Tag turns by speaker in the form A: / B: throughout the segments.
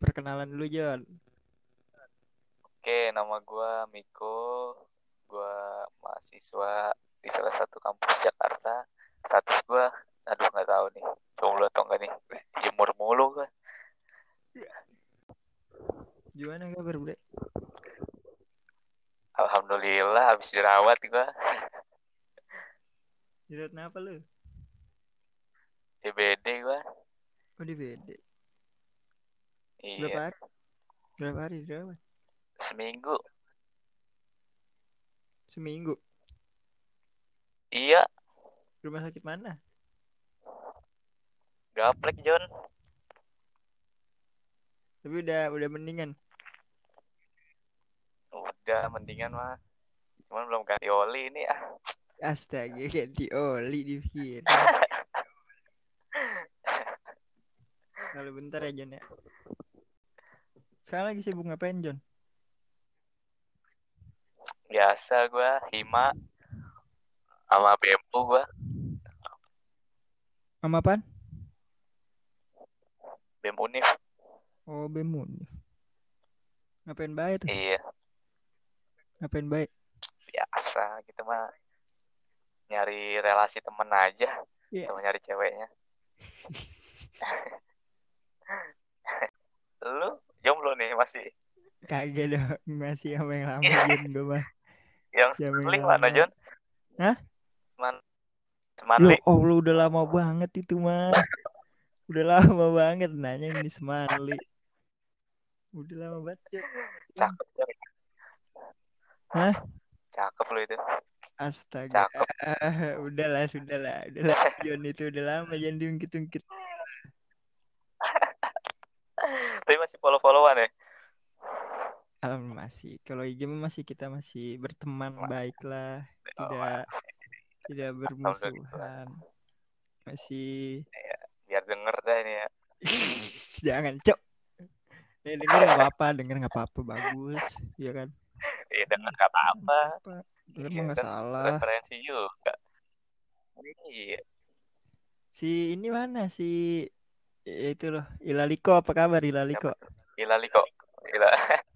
A: perkenalan dulu John.
B: Oke, nama gua Miko. Gua mahasiswa di salah satu kampus Jakarta. Status gua, aduh nggak tahu nih. Jomblo atau enggak nih? Jemur mulu gua.
A: Gimana kabar bre?
B: Alhamdulillah habis dirawat gua.
A: Jerat kenapa lu?
B: DBD gua.
A: Oh di BD.
B: Iya,
A: Berapa hari? Berapa hari dirawat?
B: seminggu.
A: Seminggu.
B: Iya,
A: Rumah sakit mana?
B: gaplek John.
A: Tapi udah udah mendingan.
B: Udah mendingan mah. Cuman belum ganti oli ini ah. Iya.
A: Astaga ganti oli di Vira. Kalau bentar ya John ya. Sekarang lagi sibuk ngapain John?
B: Biasa gua hima sama Bempu gua.
A: Sama apaan?
B: Bem Unif.
A: Oh bemun. Ngapain baik tuh?
B: Iya,
A: Ngapain baik?
B: biasa gitu mah. Nyari relasi temen aja
A: Iya.
B: sama nyari ceweknya. Lu jomblo nih masih.
A: Kagak dong masih sama yang lama John gue mah.
B: Iya. Yang
A: Siapa yang
B: Smanling mana,
A: lama?
B: John?
A: Iya. Hah?
B: Seman
A: Lu,
B: Semanling.
A: oh lu udah lama banget itu mah. Udah lama banget nanya ini semali. Udah lama banget. Cok.
B: Cakep. John.
A: Hah?
B: Cakep lu itu.
A: Astaga.
B: Cakep.
A: udahlah, sudahlah. Udahlah, John itu udah lama jangan diungkit-ungkit.
B: Tapi masih follow-followan ya?
A: Alhamdulillah masih. Kalau IG mah masih kita masih berteman baiklah,
B: Oh,
A: tidak tidak bermusuhan. Masih
B: Biar denger dah ini ya.
A: jangan, Cok. Eh, denger nggak apa-apa, denger nggak apa-apa, bagus, ya kan?
B: Iya, denger gak apa-apa.
A: Apa? Denger mah
B: Iya,
A: nggak
B: kan
A: salah.
B: Referensi juga. Iya.
A: Si ini mana si ya itu loh Ilaliko apa kabar Ilaliko?
B: Gila Liko. Gila.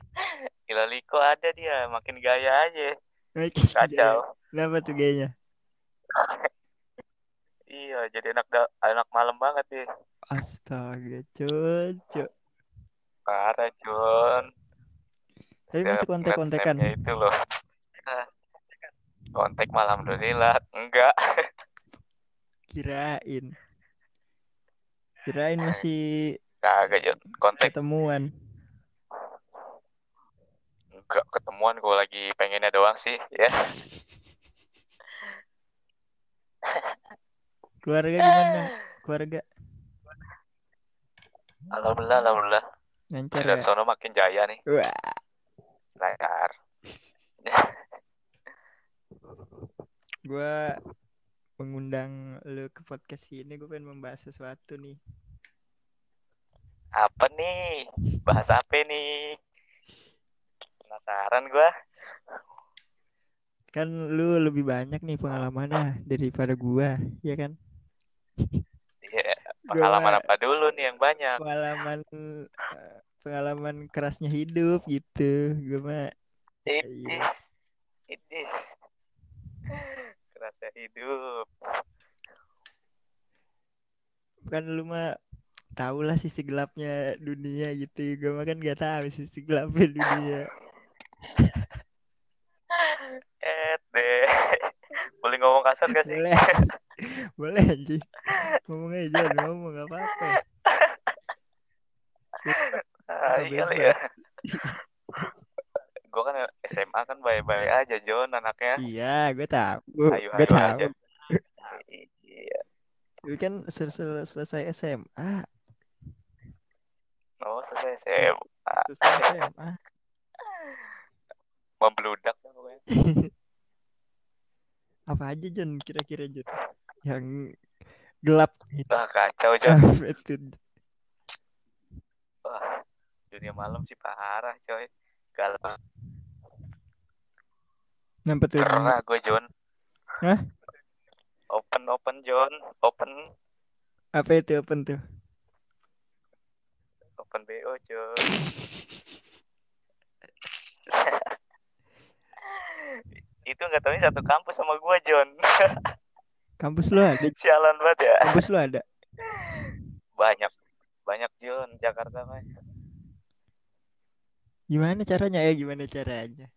B: Gila Liko ada dia. Makin gaya aja. Kacau.
A: Kenapa tuh gayanya?
B: Iya, jadi anak da- anak malam banget deh.
A: Astaga, cocok.
B: Parah, John.
A: Tapi
B: Ada
A: masih kontek-kontekan.
B: snapnya itu loh. Ah, Kontek malam alhamdulillah. Enggak.
A: Kirain. Kirain masih
B: Kagak, John. Kontek
A: ketemuan.
B: enggak ketemuan gue lagi pengennya doang sih, ya.
A: Keluarga gimana? Keluarga
B: Alhamdulillah, alhamdulillah.
A: lancar
B: Dari
A: ya?
B: sono makin jaya nih,
A: Wah,
B: lancar.
A: gua mengundang lu ke podcast ini gue pengen membahas sesuatu nih.
B: Apa nih? Bahas apa nih? Penasaran gua.
A: Kan lu lebih banyak nih pengalamannya daripada gua, ya kan?
B: Iya,
A: Gua
B: pengalaman apa dulu nih yang banyak?
A: pengalaman eh, pengalaman kerasnya hidup gitu gue mah Iya.
B: Idis. Idis. Kerasa hidup.
A: kan lu mah tau lah sisi gelapnya dunia gitu gue mah kan gak tahu sisi gelapnya dunia
B: Eh, deh. Boleh ngomong kasar gak sih?
A: boleh boleh anjing ngomong aja jangan ngomong gak apa-apa
B: Ah, iya lah ya. Gue kan SMA kan baik-baik aja, John, anaknya.
A: iya gue tahu
B: Ayo,
A: gue
B: ayo
A: tahu
B: aja. Iya.
A: Tapi kan sel- sel- selesai SMA
B: Oh, selesai SMA.
A: selesai SMA
B: Membludak lah pokoknya.
A: apa aja John kira-kira John yang gelap gitu
B: Wah, kacau, John.
A: Ah, itu
B: Wah, dunia malam sih parah, coy. Galau
A: nampak tuh
B: cerah gue, John.
A: Hah?
B: Open, open, John. Open.
A: apa itu open tuh
B: open BO coy itu nggak tahu satu kampus sama gua John
A: Kampus lu ada,
B: sialan banget ya
A: kampus lu ada.
B: banyak banyak John Jakarta mah
A: Gimana caranya ya? Gimana caranya?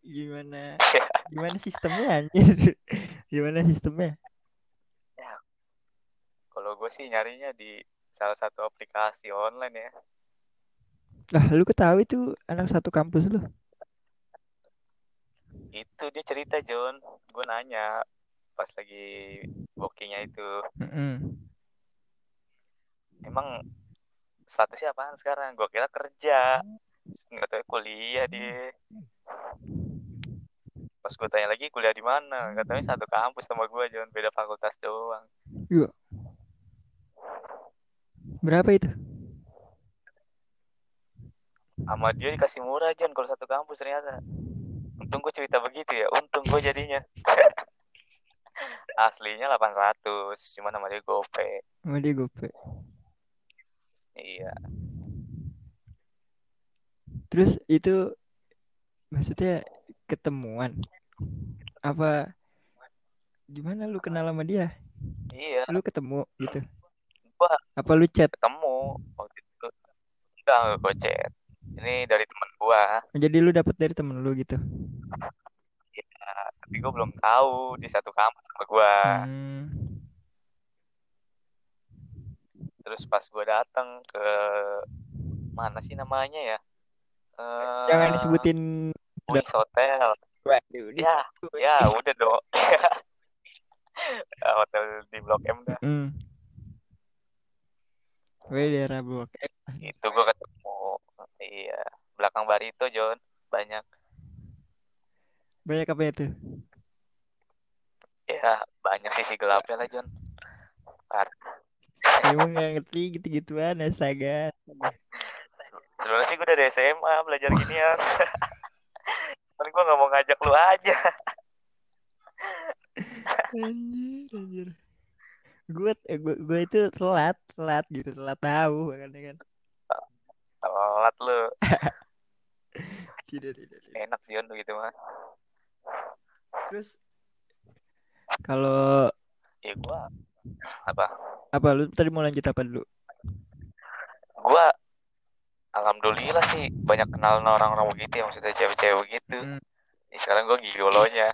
A: Gimana gimana sistemnya anjir? Gimana sistemnya?
B: kalau gue sih nyarinya di salah satu aplikasi online ya
A: Lah, lu ketahui tuh anak satu kampus lu.
B: itu dia cerita John gue nanya pas lagi bookingnya itu
A: Mm-mm.
B: emang statusnya apaan sekarang gue kira kerja nggak tahu kuliah dia pas gue tanya lagi kuliah di mana katanya satu kampus sama gue John beda fakultas doang
A: Berapa itu?
B: sama dia dikasih murah John kalau satu kampus ternyata untung gue cerita begitu ya untung gue jadinya aslinya 800 cuman nama dia gope
A: Sama dia gope.
B: iya
A: Terus itu maksudnya ketemuan apa gimana lu kenal sama dia?
B: iya
A: Lu ketemu gitu.
B: Gua.
A: Apa lu chat?
B: ketemu waktu itu udah gue chat ini dari teman gue
A: Jadi lu dapet dari temen lu gitu.
B: tapi gue belum tahu di satu kampus sama gue
A: Hmm.
B: terus pas gue datang ke mana sih namanya ya Eh,
A: Jangan disebutin
B: Wings Hotel ya ya udah dong Ah, hotel di Blok M dah
A: Hmm. Gue daerah Blok M.
B: itu gue ketemu iya belakang barito John banyak
A: Banyak apa itu?
B: ya banyak sisi gelapnya lah John
A: Emang gak ngerti gitu-gituan astaga.
B: sebenarnya sih gue dari SMA belajar ginian kan gue nggak mau ngajak lu aja
A: Anjir, anjir. Gue gue eh, itu telat, telat gitu, telat tahu kan ya kan.
B: telat lu
A: Tidak, tidak, tidak.
B: enak John lu gitu mah
A: Terus kalau
B: ya gue
A: apa lu tadi mau lanjut apa dulu?
B: gue alhamdulillah sih banyak kenalan orang-orang begitu ya maksudnya cewek-cewek begitu
A: Hmm.
B: Ih, sekarang gue gigolonya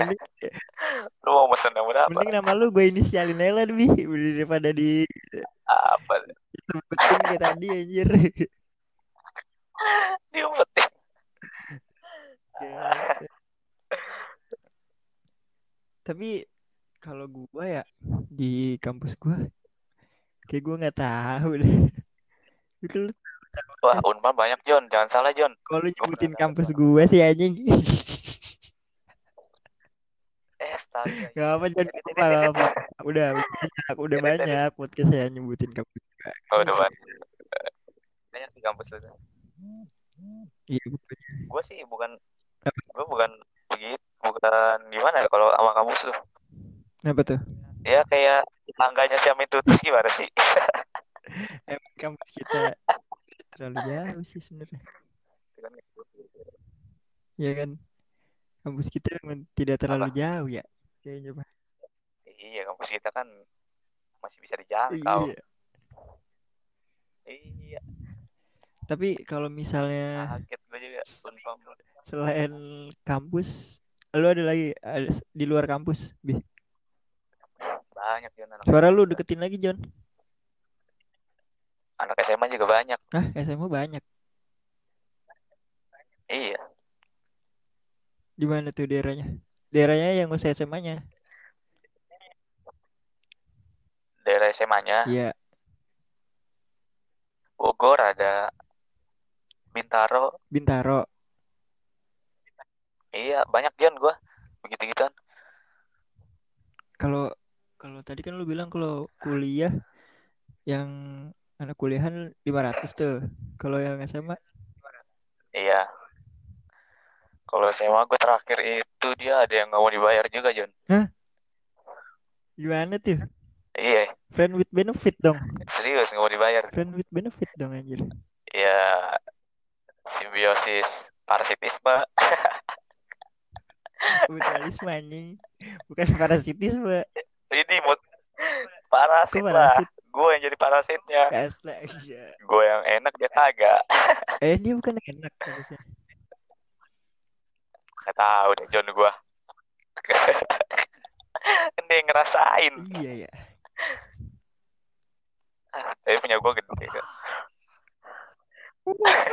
A: Mending,
B: lu mau mesen yang berapa
A: mending nama lu gue inisialin aja lah Bi, daripada di
B: apa
A: sebutin kayak tadi anjir.
B: diumpetin Iya.
A: Ya. Tapi kalau gua ya di kampus gua kayak gua nggak tahu deh. Tapi Kalau lu-
B: wah unpar banyak John jangan salah John
A: kalau lu nyebutin
B: nggak tahu.
A: kampus gua sih anjing.
B: eh astaga
A: Gak apa jangan
B: Titit,
A: apa, nggak apa. Udah banyak, udah
B: Titit,
A: banyak podcast saya nyebutin kampus. gua.
B: oh, udah banyak banyak sih kampus lu
A: Iya betul.
B: gue sih bukan gue bukan begitu bukan gimana ya kalau sama kampus lu
A: Kenapa tuh?
B: ya kayak tangganya si Amin Tutus gimana sih
A: Emang kampus kita terlalu jauh sih sebenarnya.
B: Gitu kan.
A: Ya kan? Kampus kita emang tidak terlalu jauh ya. Kayaknya Pak.
B: iya kampus kita kan masih bisa dijangkau
A: Iya.
B: iya
A: Tapi kalau misalnya
B: kaget gue juga unpam
A: Selain kampus, lu ada lagi ada s- di luar kampus, Bi.
B: banyak John anak
A: Suara lu deketin lagi, John.
B: anak SMA juga banyak
A: Hah, SMA banyak.
B: iya
A: Di mana tuh daerahnya? Daerahnya yang usai SMA-nya.
B: daerah SMA-nya
A: Iya.
B: Bogor ada Bintaro
A: Bintaro.
B: iya banyak John gue begitu gituan
A: Kalau kalau tadi kan lu bilang kalau kuliah yang anak kuliahan 500 tuh. Kalau yang SMA
B: iya kalau SMA gue terakhir itu dia ada yang nggak mau dibayar juga John
A: gimana tuh?
B: Iya,
A: Friend with benefit dong.
B: serius nggak mau dibayar.
A: Friend with benefit dong anjir.
B: Ya, simbiosis parasitisme.
A: Mutualisme anjing. Bukan parasitisme.
B: Ini mut parasit
A: Kok
B: lah.
A: parasit?
B: Gue yang jadi parasitnya.
A: Astaga.
B: Gue yang enak dia kagak.
A: Eh dia bukan enak harusnya.
B: Gak tahu deh John gue. Ini ngerasain.
A: Iya ya.
B: Tapi punya gue gede. kan.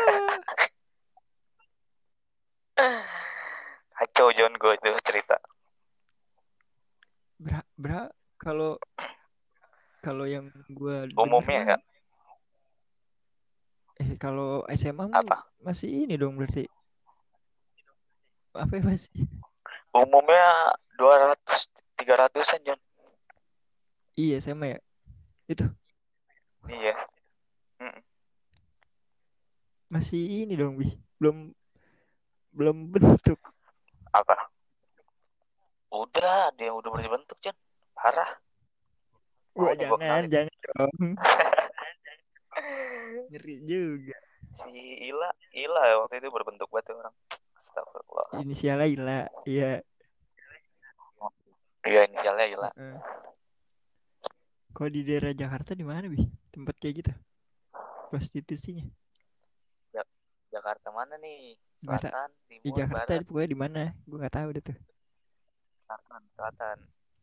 B: Kacau John gue itu cerita.
A: Bra, bra kalau kalau yang gua denger
B: Umumnya
A: mah-
B: ya.
A: Eh kalau SMA mah
B: Apa?
A: masih ini dong berarti. Apa ya masih?
B: Umumnya 200 300-an John.
A: Iya SMA ya.
B: Iya.
A: Masih ini dong Bi. Belum belum bentuk.
B: Apa? Udah, dia udah berbentuk John. Parah.
A: Wah,
B: Oh, ini gua
A: jangan,
B: kenalin.
A: jangan dong. Ngeri juga.
B: Si Ila, Ila waktu itu berbentuk banget tuh orang. Astagfirullah.
A: Inisialnya Ila. Iya.
B: Iya, inisialnya Ila.
A: heeh. Eh. Kalau di daerah Jakarta di mana, Bi? Tempat kayak gitu. Prostitusinya.
B: Jakarta mana nih?
A: Nggak tahu.
B: Selatan,
A: Di
B: timur,
A: Jakarta
B: barat,
A: pokoknya di mana? Gue nggak tahu deh tuh.
B: selatan, selatan.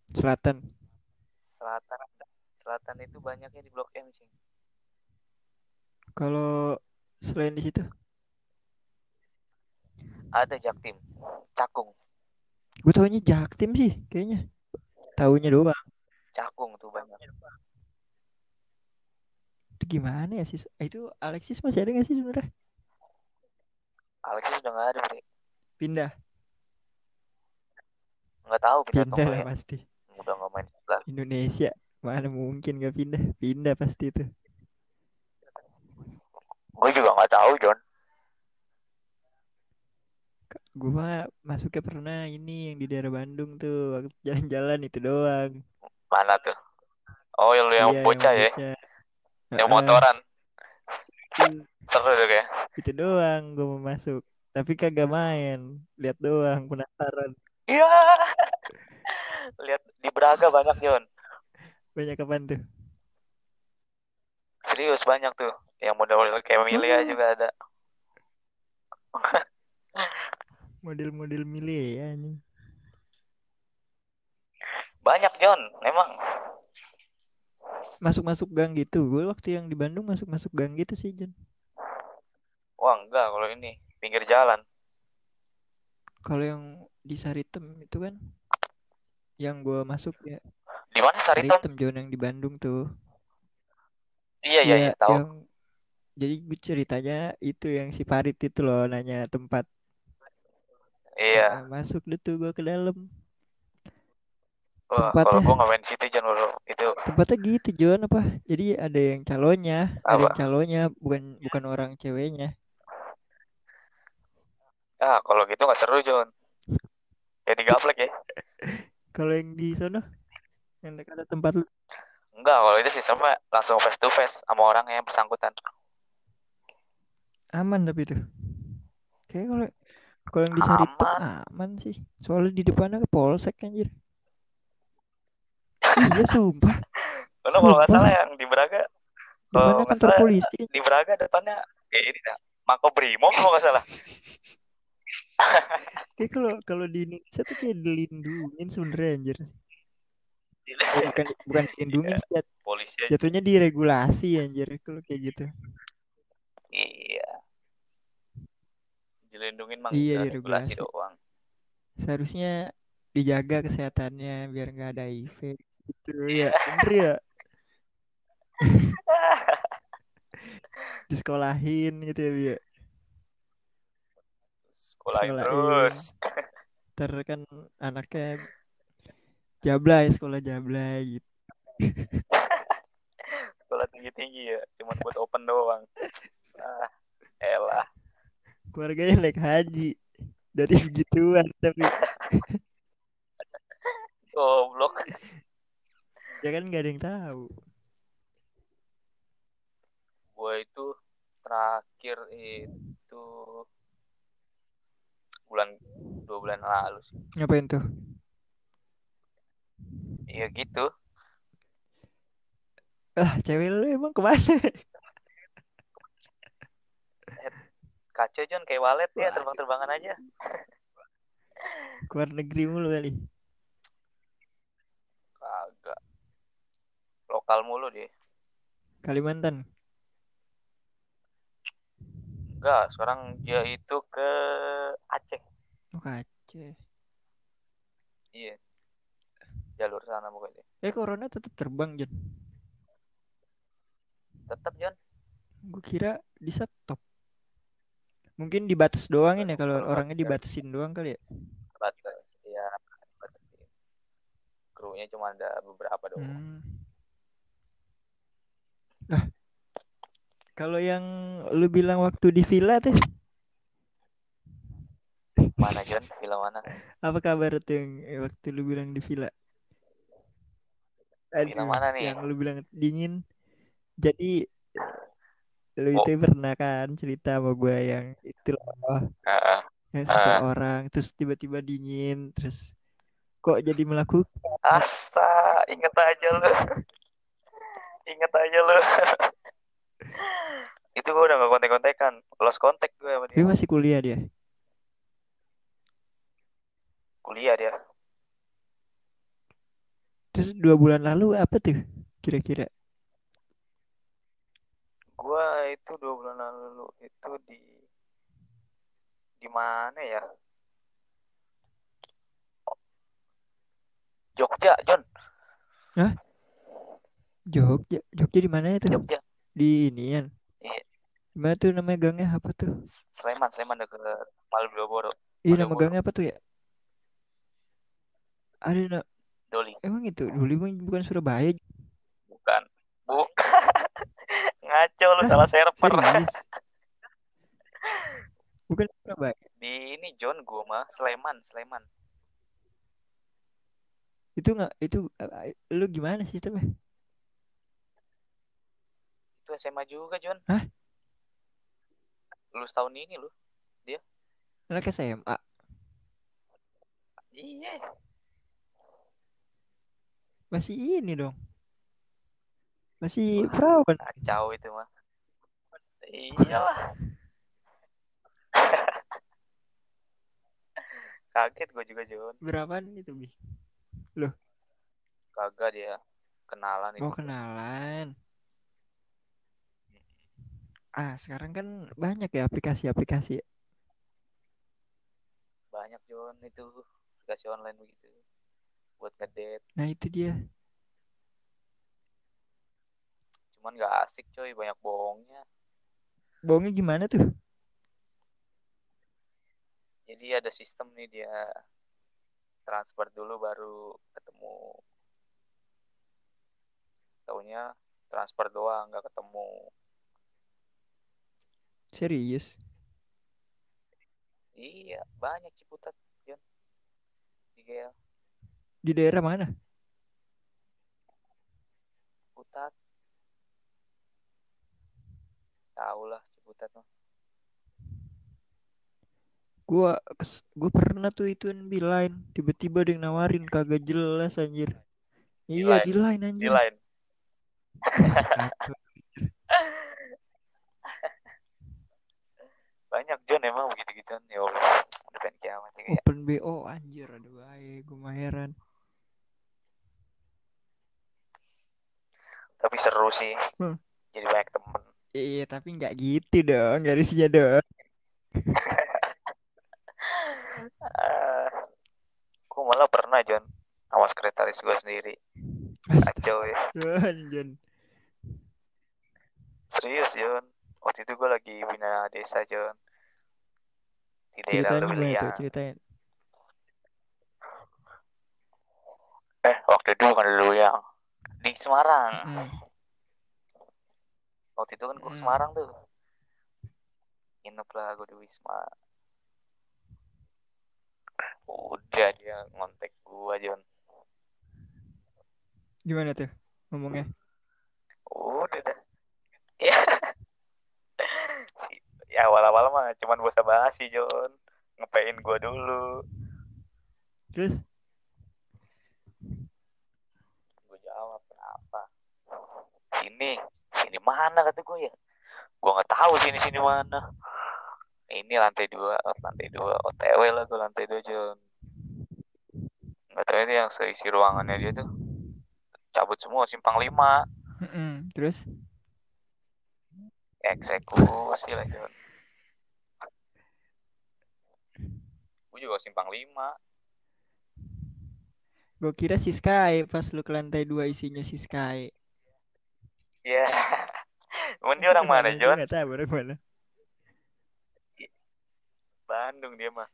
A: Selatan.
B: Selatan. Selatan itu banyaknya di Blok M, Cing.
A: Kalau selain di situ,
B: Ada Jaktim, Cakung.
A: gue taunya Jaktim sih kayaknya. Taunya doang.
B: Cakung tuh banyak.
A: Itu gimana ya sih? Itu Alexis masih ada nggak sih sebenarnya?
B: Alexis udah nggak ada, Bre.
A: Pindah.
B: Nggak tahu pindah atau
A: Pindah lah
B: nggak
A: pasti.
B: ya. Udah nggak main lah.
A: Indonesia mana mungkin gak pindah? Pindah pasti itu.
B: Gue juga nggak tahu, John.
A: Gue mah masuknya pernah ini yang di daerah Bandung tuh waktu jalan-jalan itu doang.
B: Mana tuh? Oh, lu yang
A: Iya,
B: bocah ya,
A: bocah.
B: yang
A: Heeh,
B: motoran.
A: itu-
B: Seru tuh kayak.
A: Itu doang gue mau masuk. Tapi kagak main. Lihat doang penasaran.
B: Iya. Lihat di Braga banyak, John.
A: Banyak kapan tuh?
B: Serius banyak tuh. Yang model-model kayak Milia
A: Hmm.
B: juga ada.
A: Model-model milih ya ini.
B: Banyak, John. Memang.
A: Masuk-masuk gang gitu. Gue waktu yang di Bandung masuk-masuk gang gitu sih, Jen.
B: Wah, enggak kalau ini. Pinggir jalan.
A: Kalau yang di Saritem itu kan yang gue masuk ya
B: Di mana Sariton?
A: Saritem Jon yang di Bandung tuh.
B: Iya, iya, iya, tahu.
A: yang jadi gue ceritanya itu yang si Farid itu loh nanya tempat
B: Iya.
A: Nah, masuk deh tuh gue ke dalam
B: Wah,
A: Tempatnya.
B: kalau gua nggak main situ, John, baru itu
A: tempatnya gitu Jon apa jadi ada yang calonnya ada
B: Apa?
A: yang calonnya bukan bukan orang ceweknya
B: Ah, kalau gitu nggak seru, John. Ya digaplek ya.
A: kalau yang di sono yang dekat ada tempat lu
B: Enggak, kalau itu sistemnya langsung face to face sama orang yang bersangkutan.
A: aman tapi tuh kayak kalau kalau yang di Saritem aman. sih soalnya di depannya ke polsek anjir iya sumpah
B: Karena kalau nggak
A: Sumpah.
B: salah yang di Braga,
A: depannya
B: nggak
A: kantor
B: salah-
A: polisi
B: di Braga depannya ya ini dah. Mako Brimob kalau nggak salah.
A: kayak kalau kalau di Indonesia tuh kayak dilindungin sebenernya anjir Eh, bukan bukan dilindungin sih, jat-
B: Polisi aja.
A: jatuhnya diregulasi anjir kalau kayak gitu
B: Iya. Dilindungin mang
A: Iya,
B: itu,
A: diregulasi.
B: regulasi doang.
A: seharusnya dijaga kesehatannya biar nggak ada HIV gitu ya bener ya disekolahin gitu ya Bi, ya.
B: Sekolah iya.
A: Sekolahin.
B: terus.
A: ntar kan anaknya jablay sekolah jablay gitu
B: Sekolah tinggi-tinggi ya, cuma buat open doang. Ah, elah.
A: keluarganya naik haji dari begituan tapi
B: Goblok.
A: ya kan nggak ada yang tahu
B: gue itu terakhir itu bulan dua bulan lalu sih
A: ngapain tuh
B: iya gitu
A: ah cewek lu emang kemana
B: kacau John kayak walet ya
A: Wah.
B: terbang-terbangan aja
A: keluar negeri mulu kali
B: kagak lokal mulu dia
A: Kalimantan
B: enggak sekarang dia itu ke Aceh
A: oh Aceh
B: iya jalur sana pokoknya
A: eh corona tetap terbang Jon
B: tetap John
A: gue kira di stop mungkin dibatas doangin ya kalau orangnya dibatasin doang kali ya
B: batas ya batas krunya cuma ada beberapa doang
A: hmm. nah kalau yang lu bilang waktu di villa teh
B: mana John film mana
A: apa kabar tuh yang eh, waktu lu bilang di villa
B: Villa mana nih?
A: yang lu bilang dingin jadi lu
B: Oh.
A: itu pernah kan cerita sama gue yang itu loh
B: Heeh.
A: yang
B: Ah.
A: seseorang terus tiba-tiba dingin terus kok jadi melakukan
B: Asta, inget aja lu. inget aja lu. itu gue udah gak kontek-kontekan. Lost kontak gue sama
A: dia
B: dia.
A: masih kuliah dia
B: Kuliah dia.
A: terus dua bulan lalu apa tuh kira-kira
B: Gue itu dua bulan lalu itu di di mana ya? Jogja, John.
A: Jogja Jogja di mana itu
B: Jogja.
A: di inian
B: Iya.
A: di mana tuh nama gangnya apa tuh
B: S- Sleman, Sleman deket Malioboro.
A: iya nama
B: Malioboro.
A: gangnya apa tuh ya ada na-
B: Doli.
A: Emang itu dulu emang bukan Surabaya
B: Bukan. Bukan. Ngaco lu salah server.
A: serius. bukan Surabaya.
B: Di ini John gue mah Sleman, Sleman.
A: Itu nggak itu eh, lu gimana sistemnya?
B: Itu SMA juga, John.
A: Hah?
B: Lulus tahun ini lu.
A: Anak SMA.
B: Iya.
A: Masih ini dong. Masih perawan.
B: Kacau itu mah. Iyalah. Kaget gue juga, John.
A: Berapaan itu, Bi?
B: Kagak dia kenalan itu.
A: Mau Oh, kenalan. Ah, sekarang kan banyak ya aplikasi-aplikasi.
B: Banyak, John, itu aplikasi online begitu. Buat ngedate.
A: Nah, itu dia.
B: Cuman gak asik, coy. Banyak bohongnya.
A: Bohongnya gimana tuh?
B: Jadi ada sistem nih dia transfer dulu baru ketemu. Taunya transfer doang nggak ketemu.
A: Serius.
B: Iya banyak ciputat Jon. Di GL
A: Di daerah mana?
B: Ciputat. Tahu lah ciputat mah.
A: Gua kes- gua pernah tuh ituin di line tiba-tiba ada yang nawarin kagak jelas anjir. Iya,
B: Line.
A: di line
B: Di
A: anjir.
B: lain.
A: Kacau.
B: Banyak John emang begitu gituan. Ya Allah udah pengen kiamat ya kayak.
A: Open BO anjir aduh ae gue mah heran.
B: Tapi seru sih.
A: Hmm.
B: Jadi banyak temen.
A: Iya tapi nggak gitu dong garisnya dong.
B: Ah, Gua malah pernah John sama sekretaris gue sendiri. Kacau ya.
A: Anjir.
B: Serius John Waktu itu gue lagi bina desa John Di daerah ya?
A: Ceritanya gimana tuh
B: Luliang
A: ceritain.
B: Eh waktu itu bukan Luliang Di Semarang
A: Hmm.
B: Waktu itu kan gue ke
A: Hmm.
B: Semarang tuh Nginep lah gue di Wisma Udah dia ngontek gue John
A: Gimana tuh ngomongnya?
B: Udah dah. Ya. Si- ya awal-awal mah cuman basa basi, Jon. Ngepein gua dulu.
A: Terus
B: Gua jawab, kenapa? Sini, sini mana kata gua ya? Gua nggak tahu sini sini mana. Ini lantai dua, oh, lantai dua, OTW lah gua lantai dua, Jon. Nggak tahu itu yang seisi ruangannya dia tuh cabut semua simpang lima
A: Mm-mm. terus
B: eksekusi lah Jon gue juga simpang lima
A: gue kira si Sky pas lu ke lantai dua isinya si Sky.
B: ya Cuman dia orang mana
A: Jon?
B: Jon
A: Gak tahu orang mana.
B: Bandung dia mah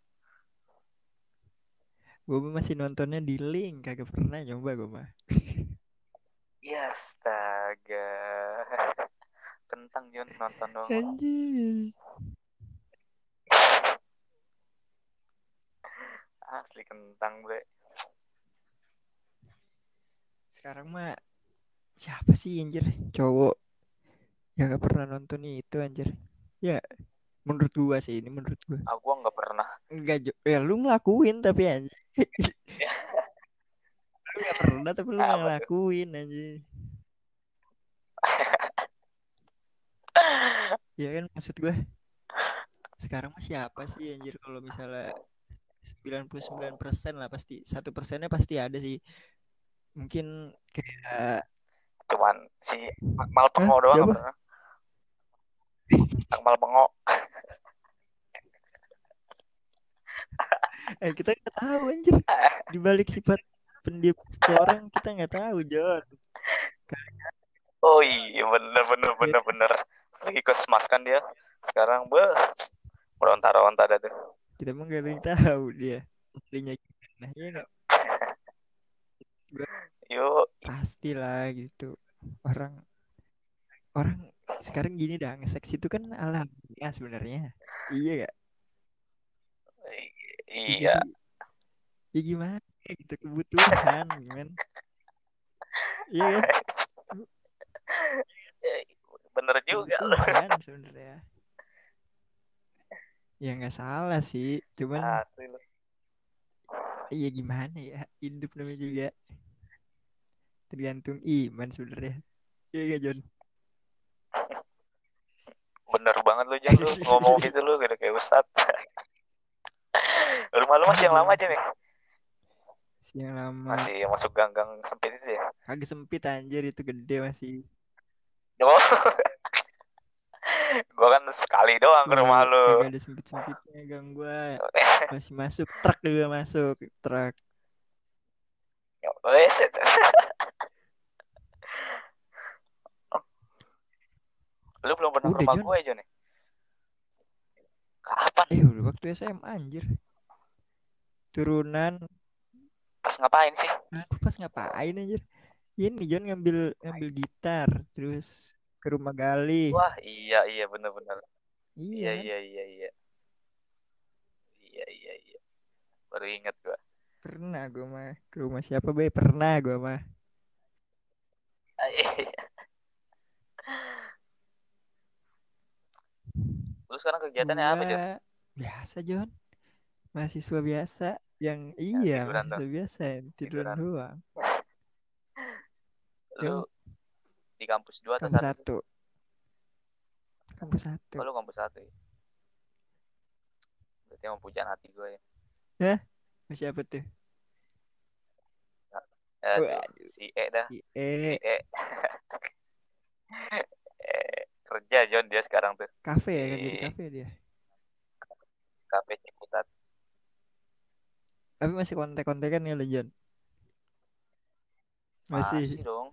A: Gue masih nontonnya di link kagak pernah nyoba gue mah.
B: ya astaga kentang Jon nonton dong
A: Kan. Anjir.
B: asli kentang bre
A: Sekarang mah siapa sih anjir cowok yang gak pernah nonton itu anjir. Ya menurut gua sih ini menurut gua.
B: aku nggak pernah
A: Enggak, Jo. ya lu ngelakuin tapi anjir. lu gak pernah tapi lu
B: Apa tuh?
A: ngelakuin anjir. ya kan maksud gue. Sekarang mah siapa sih anjir kalau misalnya 99% lah pasti satu persennya pasti ada sih mungkin kayak
B: cuman si Akmal Pengo
A: Hah?
B: doang
A: Siapa?
B: nggak pernah Akmal Pengo
A: eh kita nggak tahu anjir di balik sifat pendiam seorang kita nggak tahu John
B: oh iya bener bener bener bener lagi ke Smash kan dia sekarang be meronta-ronta dah tuh
A: kita emang gak ada yang tahu dia aslinya gimana ya nggak
B: yuk
A: pastilah gitu orang orang sekarang gini dah seks itu kan alamiah sebenarnya iya gak
B: iya
A: Jadi, ya gimana gitu kebutuhan gimana iya kan?
B: Eh,
A: Iya.
B: bener juga lu
A: kebutuhan sebenarnya ya nggak salah sih cuman
B: Asli lu.
A: iya gimana ya hidup namanya juga tergantung iman sebenarnya iya gak John
B: bener banget lu Jon lu ngomong gitu lu gitu kayak ustad rumah lu masih yang lama aja nih
A: siang lama
B: masih masuk gang-gang sempit itu ya
A: kagak sempit anjir itu gede masih
B: oh. gua kan sekali doang ke rumah lu
A: Kagak ada sempit sempitnya gang gua masih masuk truk juga masuk truk
B: Ya Wes. lu belum pernah ke
A: Udah,
B: rumah
A: Jon.
B: gue Jon ya kapan
A: eh udah waktu SMA anjir turunan
B: pas ngapain sih
A: aku pas ngapain anjir ini John ngambil ngambil gitar terus ke rumah Gali
B: wah iya iya bener-bener Iya
A: iya
B: iya iya iya. Iya iya iya. Baru ingat gua.
A: pernah gua mah ke rumah siapa be pernah gua mah
B: Lu sekarang kegiatannya apa, Jon?
A: Gua- biasa John mahasiswa biasa yang iya
B: tiduran
A: mahasiswa biasa yang tiduran
B: Tiduran.
A: doang
B: Lu di kampus 2 atau
A: kampus
B: 1?
A: satu kampus satu
B: Oh, lu kampus 1 ya? Berarti emang pujaan hati gue ya.
A: siapa tuh
B: Eh,
A: Waduh.
B: tuh, si E dah.
A: eh
B: E. e. Kerja, Jon, dia sekarang tuh.
A: kafe ya kerja di
B: Eh.
A: kafe dia
B: KP Ciputat.
A: tapi masih kontak kontekan ya John masih
B: Masih dong.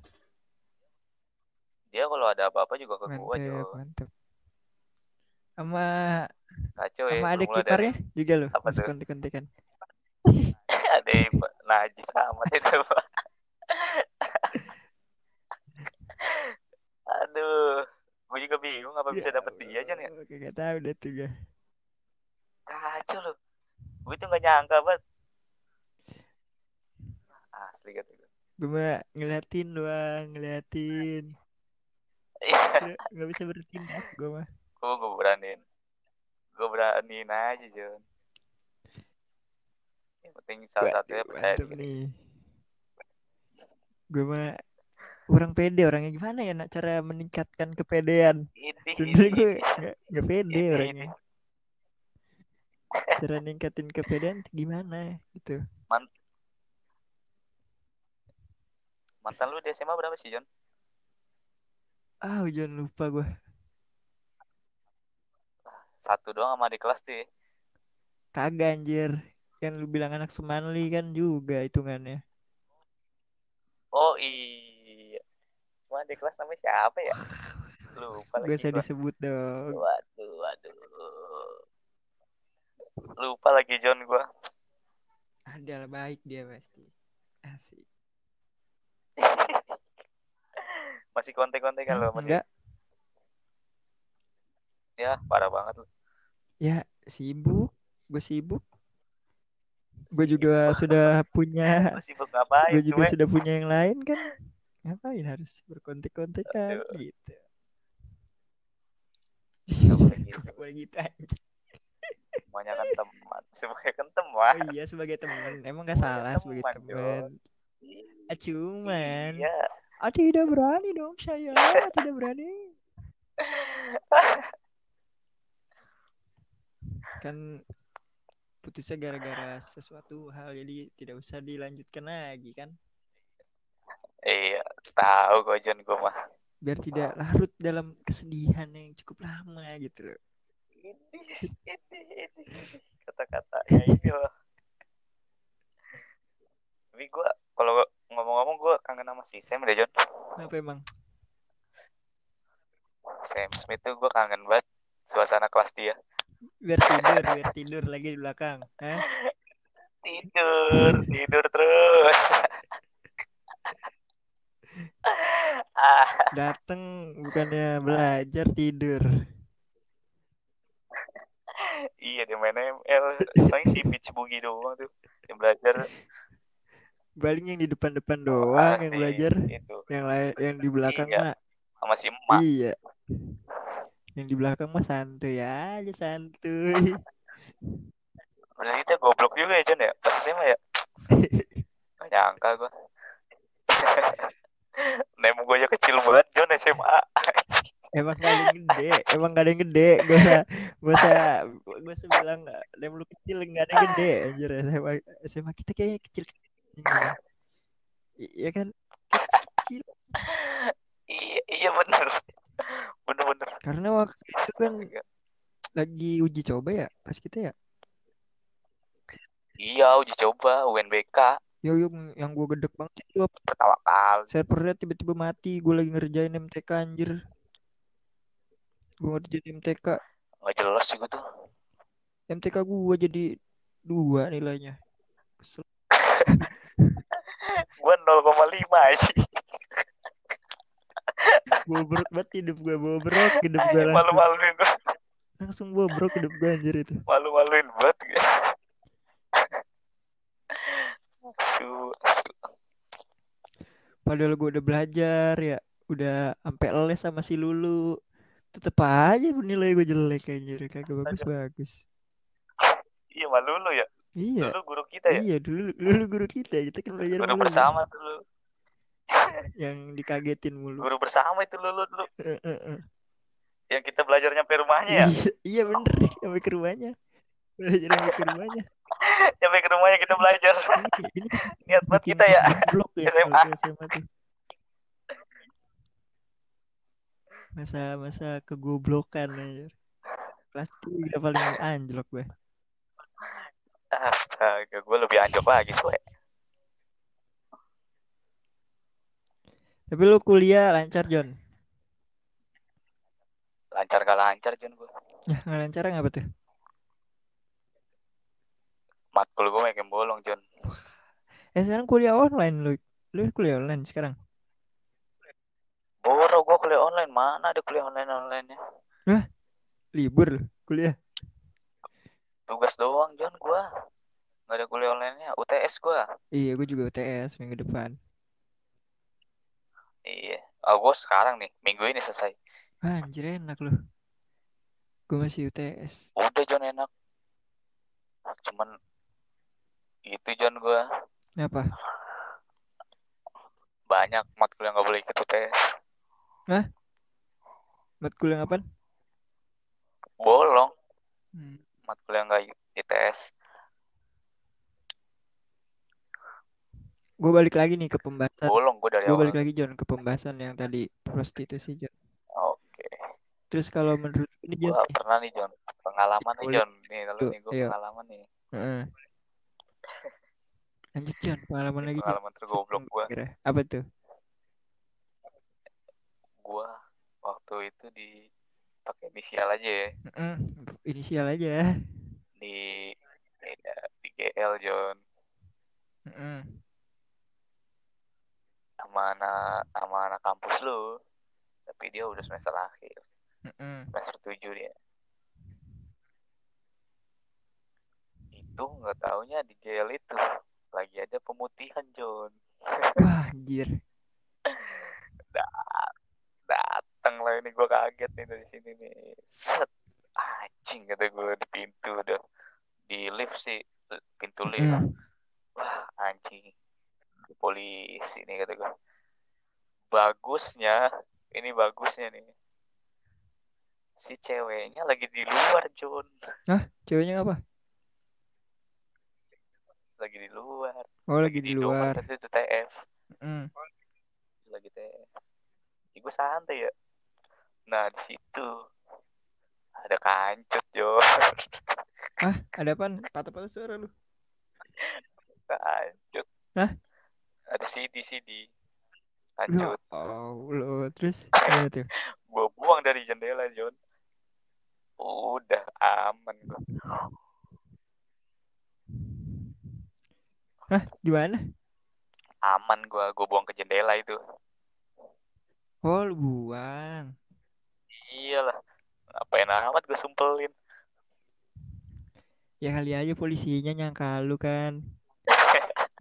B: Dia kalau ada apa-apa juga ke gua,
A: mantep
B: Jon.
A: mantep sama
B: Kacau ya.
A: sama ada
B: bermula dari-
A: kiparnya juga loh
B: Apa
A: masih
B: tuh?
A: kontak kontekan
B: ada Ipa- najis amat itu Pak. aduh gue juga bingung
A: Ya
B: apa bisa dapet dia ya. aja nih
A: Gak tau deh tuh gua.
B: kacau loh gue tuh gak nyangka banget asli gitu
A: Gue mah ngeliatin doang, ngeliatin. Nggak,
B: Iya.
A: nggak bisa bertindak gue mah.
B: Gue gue beraniin. Gue beraniin aja, Jon. Yang penting salah satunya
A: Waduh,
B: percaya
A: mantep
B: diri.
A: nih. Gue mah kurang pede orangnya gimana ya nak cara meningkatkan kepedean.
B: Ini,
A: Sebenernya
B: ini,
A: gue nggak nggak pede
B: ini,
A: orangnya.
B: ini.
A: Cara ningkatin kepedean tuh gimana gitu.
B: Mantan lu di SMA berapa sih, Jon?
A: Ah, jangan lupa gue.
B: Satu doang sama di kelas tuh ya.
A: Kagak anjir. Kan lu bilang anak semanli kan juga hitungannya.
B: Oh iya. Cuma di kelas namanya siapa ya? Lupa
A: Gue
B: lagi
A: usah
B: gua.
A: disebut dong.
B: Waduh, waduh. Lupa lagi John gua.
A: Ada lah, baik dia pasti. Asik.
B: Masih kontek-kontek kan lo masih.
A: Enggak,
B: Ya, parah banget lu.
A: ya sibuk. Gue sibuk. Gue juga sudah punya
B: Lu sibuk ngapain?
A: gue juga
B: cuek?
A: sudah punya yang lain kan ngapain harus berkontek-kontekan
B: Aduh.
A: gitu
B: Nggak boleh gitu.
A: Nggak boleh gitu aja.
B: Semuanya kan teman. Semuanya kan teman.
A: oh iya sebagai teman emang
B: Sebagai
A: nggak salah sebagai
B: teman,
A: teman Ah, cuman
B: Iya.
A: ah tidak berani dong saya Ah, tidak berani kan putusnya gara-gara sesuatu hal jadi tidak usah dilanjutkan lagi kan
B: Iya, tahu gua John gua mah.
A: biar tidak larut dalam kesedihan yang cukup lama gitu loh
B: Ini, ini, ini. Kata-katanya ini loh. Tapi gua kalau ngomong-ngomong gua kangen sama si Sam deh John.
A: kenapa emang
B: Sam Smith tuh gua kangen banget suasana kelas dia.
A: biar tidur biar tidur lagi di belakang eh? Hah?
B: tidur tidur terus ah
A: dateng bukannya belajar tidur
B: iya dia main ML paling si Peach Boogie doang tuh yang belajar
A: paling yang di depan-depan doang yang
B: si
A: belajar
B: itu
A: yang lain yang di belakang
B: Oh, Iya.
A: mah
B: sama si emak
A: iya yang di belakang mah santuy aja santuy
B: berarti dia goblok juga ya John ya pas SMA ya gak nyangka gua nemu gue aja kecil banget John SMA
A: emang gak ada yang gede emang gak ada yang gede gue usah gue usah gue usah bilang lem lu kecil gak ada yang gede anjir SMA SMA kita kayaknya kecil kecil Iya kan kecil
B: iya iya bener bener bener
A: karena waktu itu kan lagi uji coba ya pas kita ya
B: iya uji coba UNBK
A: yo yo yang gue gedek banget itu apa?
B: pertama kali
A: servernya tiba-tiba mati gue lagi ngerjain MTK anjir gue ngerjain MTK
B: nggak jelas sih gua tuh
A: MTK gue jadi dua nilainya Kesel.
B: gue 0,5 sih
A: bobrok banget hidup gue bobrok hidup gue langsung,
B: malu-maluin
A: langsung bobrok hidup gue anjir itu
B: malu-maluin banget gue. Aduh,
A: padahal gue udah belajar ya udah sampai les sama si Lulu tetep aja nilai gue jelek anjir kagak bagus bagus
B: iya malu lu ya
A: iya
B: dulu guru kita ya
A: iya dulu dulu guru kita kita kan belajar
B: guru
A: mulu.
B: bersama dulu
A: yang dikagetin mulu
B: guru bersama itu lu lu dulu
A: Eh, eh, eh.
B: yang kita belajar nyampe rumahnya ya
A: Iya, iya bener sampai ke rumahnya. Belajar sampai ke rumahnya.
B: nyampe ke rumahnya kita belajar
A: Ini, ini
B: niat banget
A: Iya. bikin
B: kita ya
A: blok ya
B: SMA.
A: waktu SMA tuh. Masa-masa kegoblokan aja. Kelas tuh udah paling anjlok gue.
B: astaga gue lebih anjok lagi ya. soe
A: Tapi lu kuliah lancar John.
B: lancar gak lancar Jun gue
A: Ya nggak lancar apa tuh?
B: matkul gue makin bolong Jun
A: Eh sekarang kuliah online lu. Lu kuliah online sekarang.
B: boro gue kuliah online mana ada kuliah online online nya
A: Libur lu kuliah.
B: tugas doang Jun gue nggak ada kuliah online nya UTS gue
A: Iya gue juga UTS minggu depan.
B: Iya. Oh, gue sekarang nih, minggu ini selesai.
A: Wah, anjir enak loh. Gue masih UTS.
B: Udah John enak. Cuman itu John gue
A: Apa?
B: banyak matkul yang gak boleh ikut UTS.
A: Matkul yang apaan?
B: Bolong
A: Hmm.
B: matkul yang gak ITS.
A: Gue balik lagi nih ke pembahasan.
B: Bolong gue dari
A: Gue
B: awal.
A: balik lagi John ke pembahasan yang tadi prostitusi John.
B: Oke.
A: Terus kalau menurut ini John,
B: Iya. Gua pernah nih John, pengalaman nih
A: Iya, Boleh.
B: John. Nih lalu
A: Yuk,
B: nih gue
A: ayo.
B: pengalaman nih.
A: Heeh. Lanjut John, pengalaman lagi John.
B: Pengalaman tergoblok gue.
A: Kira. Apa tuh?
B: Gue waktu itu di pakai inisial aja ya.
A: Heeh. Inisial aja. ya.
B: Di di GL John
A: Heeh.
B: sama anak sama anak kampus lu tapi dia udah semester akhir
A: Heeh.
B: semester tujuh dia itu nggak taunya di GL itu lagi ada pemutihan John
A: Wah, anjir.
B: dateng lah ini gue kaget nih dari sini nih set anjing kata gue di pintu udah di lift sih pintu lift
A: Heeh.
B: wah anjing polisi nih kata gue bagusnya ini bagusnya nih si ceweknya lagi di luar John
A: Ceweknya apa?
B: lagi di luar
A: Oh, lagi di luar.
B: doang itu tuh TF
A: Heeh.
B: lagi TF gitu ya, gue santai ya nah di situ ada kancut John
A: Hah, ada apaan? Patah-patah suara lu.
B: kancut
A: Hah?
B: ada CD CD
A: Ya
B: kancut
A: Allah, terus gimana tuh?
B: gue buang dari jendela John udah aman gue
A: Hah, gimana?
B: aman gue gue buang ke jendela itu
A: Oh, lu buang.
B: iyalah ngapain amat gue sumpelin
A: Ya kali aja polisinya nyangka lu kan.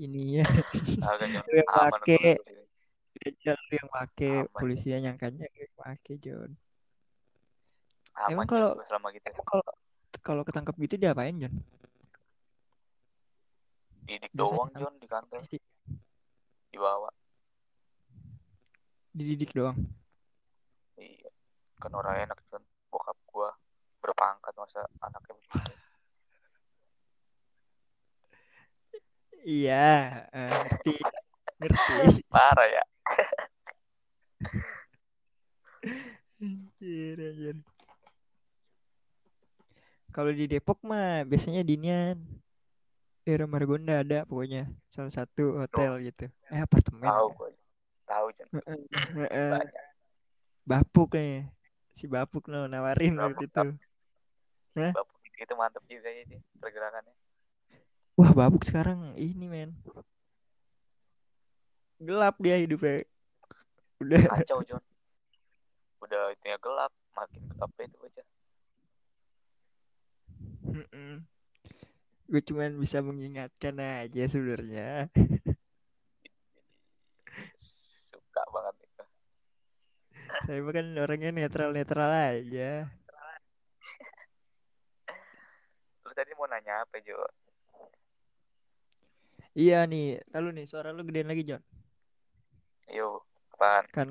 A: Ini ya.
B: Kagak, John.
A: Lu yang
B: aman
A: pake.
B: gua dari sini.
A: aja lu yang pake,
B: Aman.
A: polisinya nyangkanya lu yang pake, John.
B: aman
A: Emang
B: John,
A: kalau-
B: gua selama gitu
A: Emang Eh, kalau kalau ketangkep gitu diapain, John?
B: didik
A: Biasanya
B: doang
A: kan-
B: John di kantor
A: Pasti
B: dibawa
A: dididik doang.
B: iya kan orang enak John bokap gue berpangkat masa anaknya begini
A: Iya, eh, ngerti. Ngerti.
B: parah ya
A: Anjir, anjir. Kalau di Depok mah biasanya dinian. Daerah Margonda ada pokoknya salah satu hotel gitu. Eh apartemen.
B: tahu gue tahu John
A: Heeh, heeh.
B: banyak
A: Bapuk nih. Si Bapuk no nawarin
B: Bapuk,
A: waktu itu.
B: bapak itu mantep juga ini pergerakannya
A: Wah, Bapuk sekarang ini men. Gelap dia hidupnya. Udah
B: kacau John udah itunya gelap makin gelap itu aja
A: Gue cuman bisa mengingatkan aja sebenarnya.
B: suka banget itu
A: Saya mah kan orangnya netral-netral aja.
B: lu tadi mau nanya apa Jo
A: Iya nih, lalu nih suara lu gedein lagi John.
B: yo apaan
A: Kan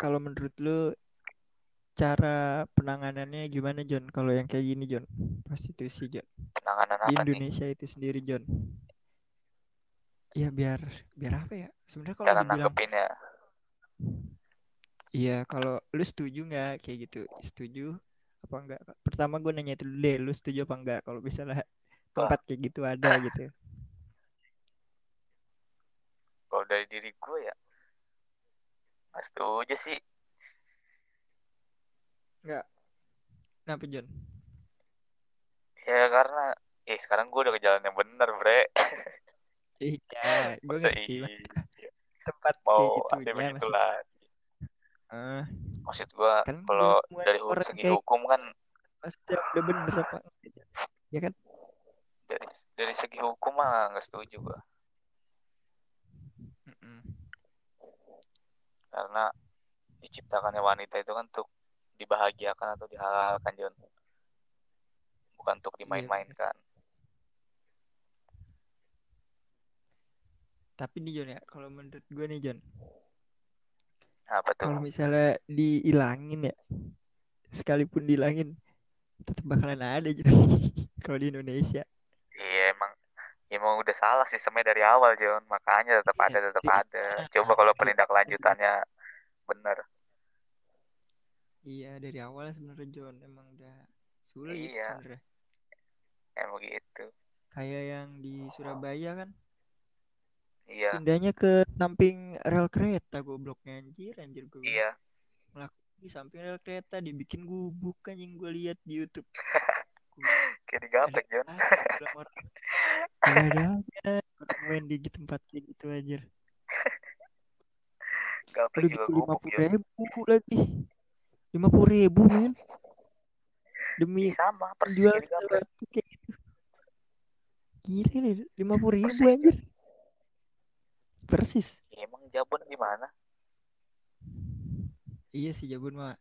A: kalau menurut lu cara penanganannya gimana John? Kalau yang kayak gini John, prostitusi John
B: penanganan
A: di
B: apa nih
A: Indonesia itu sendiri John. Ya biar biar apa ya? Sebenarnya kalau
B: cara ya?
A: dibilang
B: nangkepinnya
A: iya kalau lu setuju nggak kayak gitu? Setuju apa enggak? Pertama gue nanya itu dulu deh, lu setuju apa enggak kalau misalnya tempat kayak gitu ada gitu.
B: kalau dari diri gue ya nggak setuju sih
A: Kenapa John?
B: ya karena eh sekarang gue udah ke jalan yang bener bre
A: Iya, gue
B: masa
A: ngerti
B: iya
A: Bang. tempat kayak
B: mau
A: gitu
B: ada
A: ya maksud,
B: begitulah
A: eh,
B: maksud gue
A: kan
B: kalau
A: buat
B: dari
A: orang
B: segi
A: kayak gitu.
B: hukum kan
A: maksudnya udah bener apa enggak? ya kan
B: dari dari segi hukum mah nggak setuju gue karena diciptakannya wanita itu kan untuk dibahagiakan atau dihalalkan Jon bukan untuk
A: Iya,
B: dimain-mainkan
A: Tapi nih Jon ya, kalau menurut gue nih Jon,
B: apa
A: kalau
B: tuh
A: misalnya diilangin ya, sekalipun diilangin, tetap bakalan ada Jon. kalau di Indonesia.
B: iya emang ya emang udah salah sistemnya dari awal Jon makanya tetap
A: Iya,
B: ada tetap
A: iya.
B: ada coba kalau penindak lanjutannya bener
A: Iya dari awal sebenarnya Jon emang udah sulit
B: Iya.
A: sebenarnya.
B: emang gitu
A: Kayak yang di Surabaya kan
B: iya
A: pindahnya ke samping rel kereta gobloknya anjir anjir gue. bilang.
B: iya
A: Di samping rel kereta dibikin gubuk anjing gue lihat di YouTube.
B: kayak digaplek Jon
A: Ah, orang orang. Gak ada aja orang main di tempat kayak gitu anjir. Udah
B: gaplek juga
A: gitu lima
B: gubuk ya.
A: puluh
B: Jon
A: ribu lagi. Lima puluh ribu men. Demi
B: Ih, Iya, sama persis
A: jual
B: kayak digaplek
A: sesuatu kayak gitu. Gila deh, lima puluh ribu
B: Persis. gitu.
A: anjir. Persis.
B: Ya, emang Jabon gimana
A: Iya sih Jabun mah.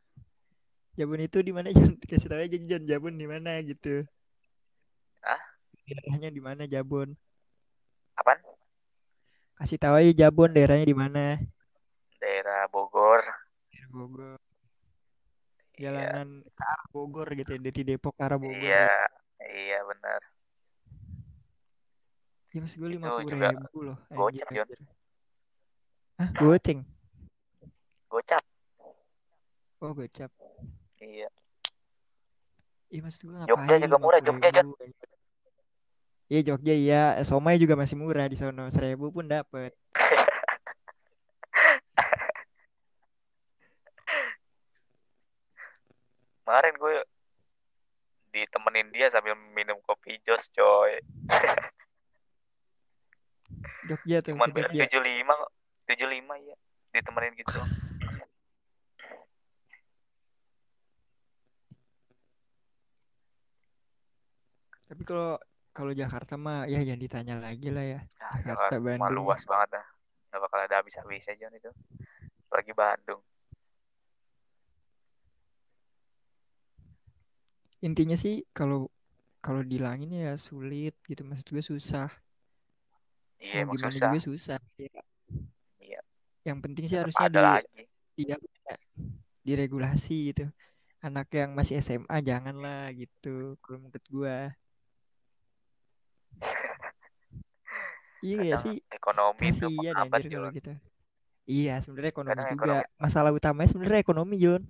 A: Jabun itu di mana Jon? Kasih tahu aja Jon Jabun di mana gitu.
B: Hah?
A: Daerahnya di mana Jabun?
B: apaan
A: Kasih tahu aja Jabun daerahnya di mana?
B: daerah Bogor
A: Daerah Bogor.
B: iya
A: Jalanan ke arah Bogor gitu ya, dari Depok ke arah Bogor. gitu.
B: iya iya bener
A: Ya maksud gue
B: Itu
A: lima puluh
B: juga
A: ribu loh.
B: gocap, Jon.
A: anjir. Hah, goceng?
B: gocap
A: Oh gocap.
B: iya
A: Iya maksud gue
B: Jogja
A: ngapain
B: juga murah, Jogja, Jon.
A: 50.000, anjir. Iya Jogja iya, somai juga masih murah di sono. Seribu pun dapet.
B: kemarin gue ditemenin dia sambil minum kopi jos coy
A: Jogja tuh,
B: cuman
A: ke
B: bayar
A: Jogja.
B: tujuh lima tujuh lima ya ditemenin gitu
A: Tapi kalau kalau Jakarta mah ya jangan ditanya lagi lah ya.
B: nah,
A: Jakarta,
B: Jakarta mah
A: Bandung.
B: luas banget dah nggak bakal ada habis habisnya Jon itu apalagi Bandung
A: Intinya sih kalau kalau dilangin ya sulit gitu. Maksud gue susah.
B: iya
A: Mau
B: emang
A: Nah, gimana
B: susah
A: juga susah. Ya.
B: Iya.
A: Yang penting sih
B: Tetap
A: harusnya
B: ada
A: di
B: lagi
A: di apa ya, diregulasi gitu. Anak yang masih SMA janganlah gitu. Kalau menurut gua. Iya gak
B: kadang
A: sih? iya
B: ekonomi itu
A: Kasihan
B: menghambat
A: anjir kalau
B: Jon
A: gitu. Iya, sebenarnya ekonomi
B: Kadang
A: juga.
B: ekonomi-
A: Masalah utamanya sebenarnya ekonomi, Jon.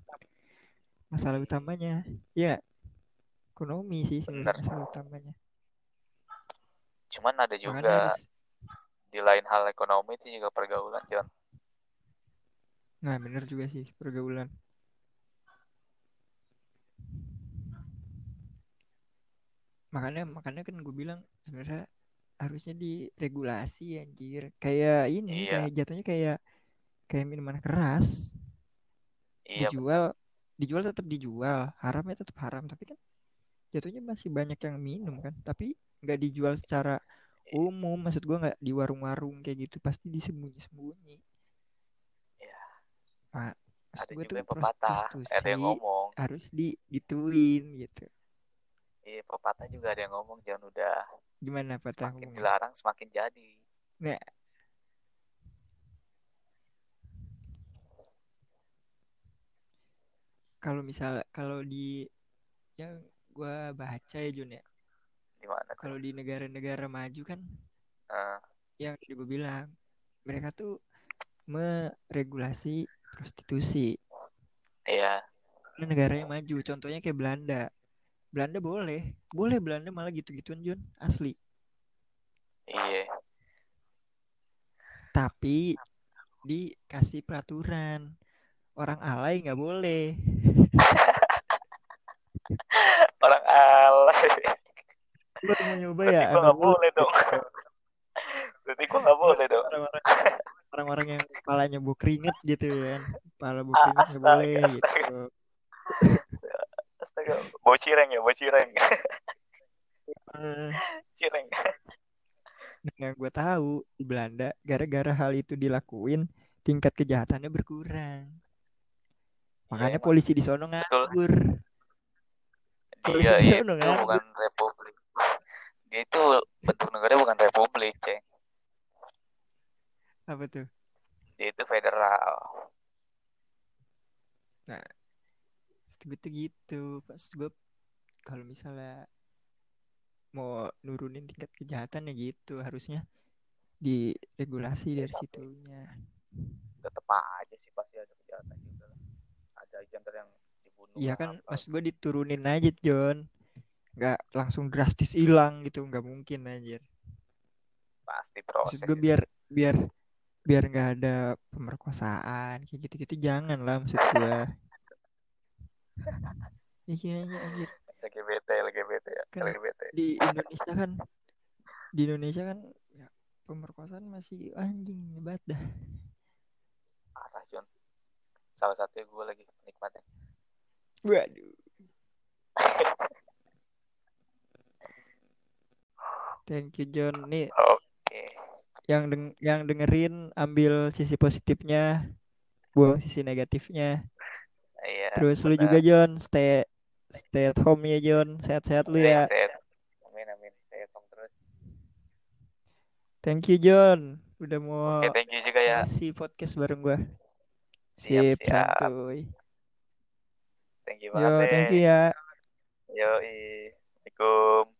A: Masalah utamanya. Iya, ekonomi sih sebenarnya
B: Bener.
A: masalah utamanya.
B: cuman ada
A: Makanya
B: juga
A: harus
B: di lain hal ekonomi itu juga pergaulan
A: Iya
B: Jon Iya,
A: Nah, bener juga sih pergaulan. Makanya makanya kan gue bilang sebenarnya harusnya diregulasi anjir. Kayak ini,
B: Iya.
A: kayak jatuhnya kayak kayak minuman keras
B: iya
A: dijual dijual tetap dijual, haramnya tetap haram, tapi kan jatuhnya masih banyak yang minum kan, tapi nggak dijual secara
B: Iya.
A: umum, maksud gua nggak di warung-warung kayak gitu, pasti disembunyi-sembunyi.
B: Iya.
A: Nah, maksud
B: ada
A: gua
B: juga
A: tuh
B: yang pepatah ada
A: prostitusi
B: yang ngomong
A: harus digituin gitu.
B: iya pepatah juga ada yang ngomong jangan udah
A: Gimana patah
B: semakin
A: hubungan?
B: dilarang semakin jadi
A: Nah, kalau misal kalau di yang gua baca ya Jun ya,
B: di mana tuh
A: kalau di negara-negara maju kan
B: Eh,
A: yang tadi gua bilang mereka tuh meregulasi prostitusi.
B: iya
A: Ini negara yang maju, contohnya kayak Belanda. Belanda boleh, boleh Belanda malah gitu-gituan Jun, asli.
B: iya
A: Tapi dikasih peraturan orang alay nggak boleh.
B: orang alay
A: Lu mau nyoba
B: berarti
A: ya
B: gua
A: anak
B: nggak
A: lu
B: boleh dong berarti gua nggak boleh dong
A: orang-orang orang-orang yang kepalanya bau keringet gitu ya kan kepala bau
B: Ah,
A: keringet nggak
B: astaga,
A: boleh
B: astaga.
A: gitu
B: astaga bau cireng ya bau cireng
A: Eh,
B: cireng
A: yang gue tahu di Belanda gara-gara hal itu dilakuin tingkat kejahatannya berkurang. Makanya
B: Iya, emang.
A: polisi di sono
B: Betul.
A: nganggur. Polisi di
B: Iya, iya,
A: sono
B: itu
A: nganggur.
B: bukan republik. Dia itu bentuk negaranya bukan republik, ceng.
A: Apa tuh?
B: Dia itu federal.
A: Maksud gue tuh gitu. Maksud gue kalau misalnya mau nurunin tingkat kejahatan ya gitu harusnya diregulasi dari situnya.
B: Tetep aja sih pasti ada kejahatan juga. lah. Ada aja ntar yang dibunuh.
A: Iya
B: lah,
A: kan
B: apa.
A: maksud gue diturunin aja John. Nggak langsung drastis hilang gitu nggak mungkin anjir.
B: Pasti
A: Maksud
B: proses.
A: gue
B: itu.
A: biar biar biar nggak ada pemerkosaan kayak gitu-gitu jangan lah maksud gue. Iya iya anjir.
B: LGBT, LGBT ya.
A: Kan-
B: LGBT.
A: di Indonesia kan di Indonesia kan ya, pemerkosaan masih anjing hebat dah
B: Parah, Jun. Ah, Salah satunya gue lagi nikmatnya.
A: waduh thank you John nih
B: Oke.
A: yang deng- yang dengerin ambil sisi positifnya buang sisi negatifnya
B: Iya.
A: terus lu
B: benar.
A: juga John stay stay at home ya John sehat-sehat lu ya
B: Stay- stay- Amin, amin. Saya hitung terus.
A: thank you John udah mau
B: Oke, thank you juga ya.
A: ngisi podcast bareng gua
B: Siap,
A: sip
B: siap.
A: santuy
B: Thank you
A: yo
B: banget.
A: thank
B: deh.
A: you ya
B: Yoi. Assalamualaikum.